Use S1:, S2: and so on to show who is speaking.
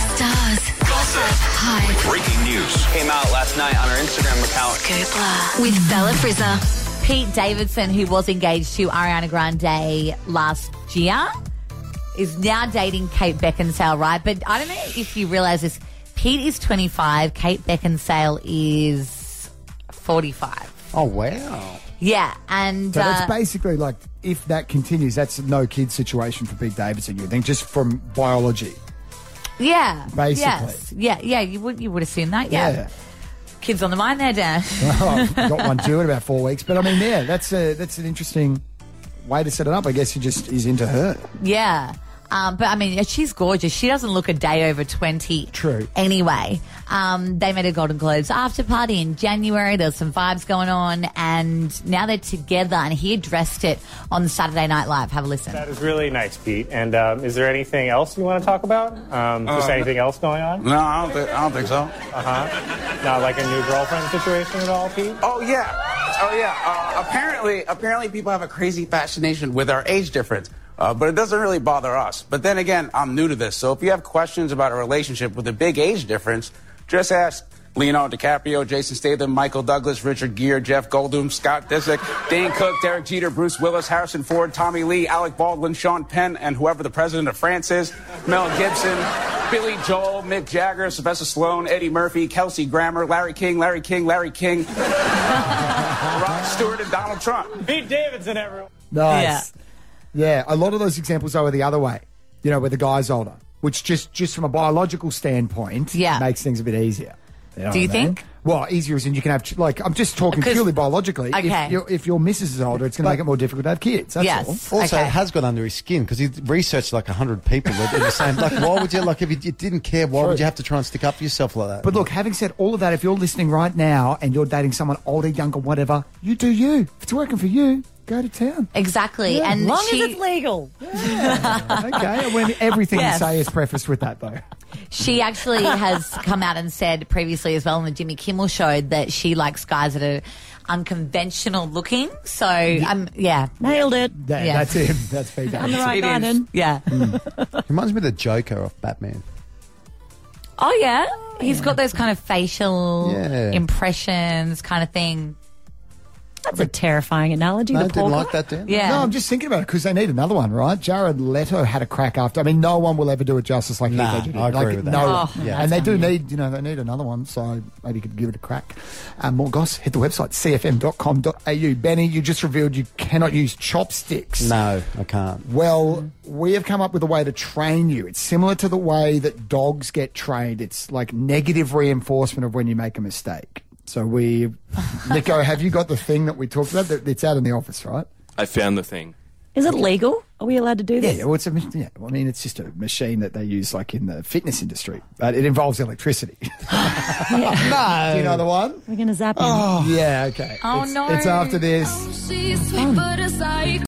S1: Buzz, gossip, hype,
S2: Breaking news.
S3: Came out last night on our Instagram account.
S1: Goopla. With Bella Frizzer.
S4: Pete Davidson, who was engaged to Ariana Grande last year, is now dating Kate Beckinsale, right? But I don't know if you realize this. Pete is 25, Kate Beckinsale is 45.
S5: Oh wow!
S4: Yeah, and
S5: So
S4: uh,
S5: that's basically like if that continues, that's a no kid situation for Big Davidson. You think just from biology?
S4: yeah,
S5: basically.
S4: yes, yeah, yeah. You would you would assume that, yeah. Kids on the mind there, Dan.
S5: Oh, I've got one too in about four weeks. But I mean, yeah, that's a that's an interesting way to set it up. I guess he just is into her.
S4: Yeah. Um, but I mean, she's gorgeous. She doesn't look a day over 20.
S5: True.
S4: Anyway, um, they made a Golden Globes after party in January. There's some vibes going on. And now they're together, and he addressed it on Saturday Night Live. Have a listen.
S6: That was really nice, Pete. And um, is there anything else you want to talk about? Um, just anything else going on? Uh-huh.
S2: No, I don't, thi- I don't think so.
S6: Not like a new girlfriend situation at all, Pete?
S2: Oh yeah, oh yeah. Uh, apparently, apparently, people have a crazy fascination with our age difference, uh, but it doesn't really bother us. But then again, I'm new to this, so if you have questions about a relationship with a big age difference, just ask. Leonardo DiCaprio, Jason Statham, Michael Douglas, Richard Gere, Jeff Goldblum, Scott Disick, Dane Cook, Derek Jeter, Bruce Willis, Harrison Ford, Tommy Lee, Alec Baldwin, Sean Penn, and whoever the president of France is, Mel Gibson, Billy Joel, Mick Jagger, Sylvester Stallone, Eddie Murphy, Kelsey Grammer, Larry King, Larry King, Larry King, Rod Stewart, and Donald Trump.
S6: Pete Davidson, everyone.
S5: Nice. Yeah. a lot of those examples though, are the other way. You know, where the guy's older, which just just from a biological standpoint,
S4: Yeah.
S5: makes things a bit easier. know
S4: Do you
S5: what I mean?
S4: think?
S5: Well, easier is in you can have ch- like I'm just talking
S4: Because-
S5: purely biologically.
S4: Okay.
S5: If, your if your missus is older, it's going to make it more difficult to have kids. That's
S4: Yes.
S5: all.
S7: Also,
S4: Okay.
S7: it has got under his skin because he researched like hundred people that did the same. Like, why would you like if you d- didn't care? Why would you have to try and stick up for yourself like that?
S5: But look, having said all of that, if you're listening right now and you're dating someone older, younger, whatever, you do you. If it's working for you, go to town.
S4: Exactly. and
S8: long
S4: she,
S8: as it's legal.
S5: Okay, when everything
S4: Yes.
S5: you say is prefaced with that, though.
S4: She actually has come out and said previously as well on the Jimmy Kimmel show that she likes guys that are unconventional looking. So, um, yeah.
S8: Nailed it.
S5: That,
S4: Yeah.
S5: That's him. That's Pete
S8: I'm the
S5: Davidson.
S8: right guy
S3: is.
S8: then.
S4: Yeah.
S7: reminds me of the Joker off Batman.
S4: Oh yeah, he's got those kind of facial
S7: Yeah.
S4: impressions, kind of thing.
S8: That's a terrifying analogy.
S7: No,
S8: the poor
S7: didn't
S8: guy.
S7: like that, Dan.
S4: Yeah,
S5: No, I'm just thinking about it because they need another one, right? Jared Leto had a crack after. I mean, no one will ever do it justice like
S7: Nah,
S5: he did.
S7: I agree
S5: like,
S7: with that.
S5: No, one.
S4: Oh,
S7: Yeah.
S5: and they do need, you know, they need another one. So maybe you could give it a crack. Um, more goss, hit the website cfm.com.au. Benny, you just revealed you cannot use chopsticks.
S7: No, I can't.
S5: Well, we have come up with a way to train you. It's similar to the way that dogs get trained. It's like negative reinforcement of when you make a mistake. So we, Nico, have you got the thing that we talked about? That- It's out in the office, right?
S9: I found the thing.
S8: Is it legal? Are we allowed to do
S5: Yeah,
S8: this?
S5: yeah, well, it's a, mach- yeah. Well, I mean, it's just a machine that they use, like in the fitness industry, but it involves electricity. no, do you know the one?
S8: We're going to zap him.
S5: Yeah, okay.
S4: Oh,
S5: It's-
S4: no.
S5: It's after this.
S1: She's sweet but a psycho.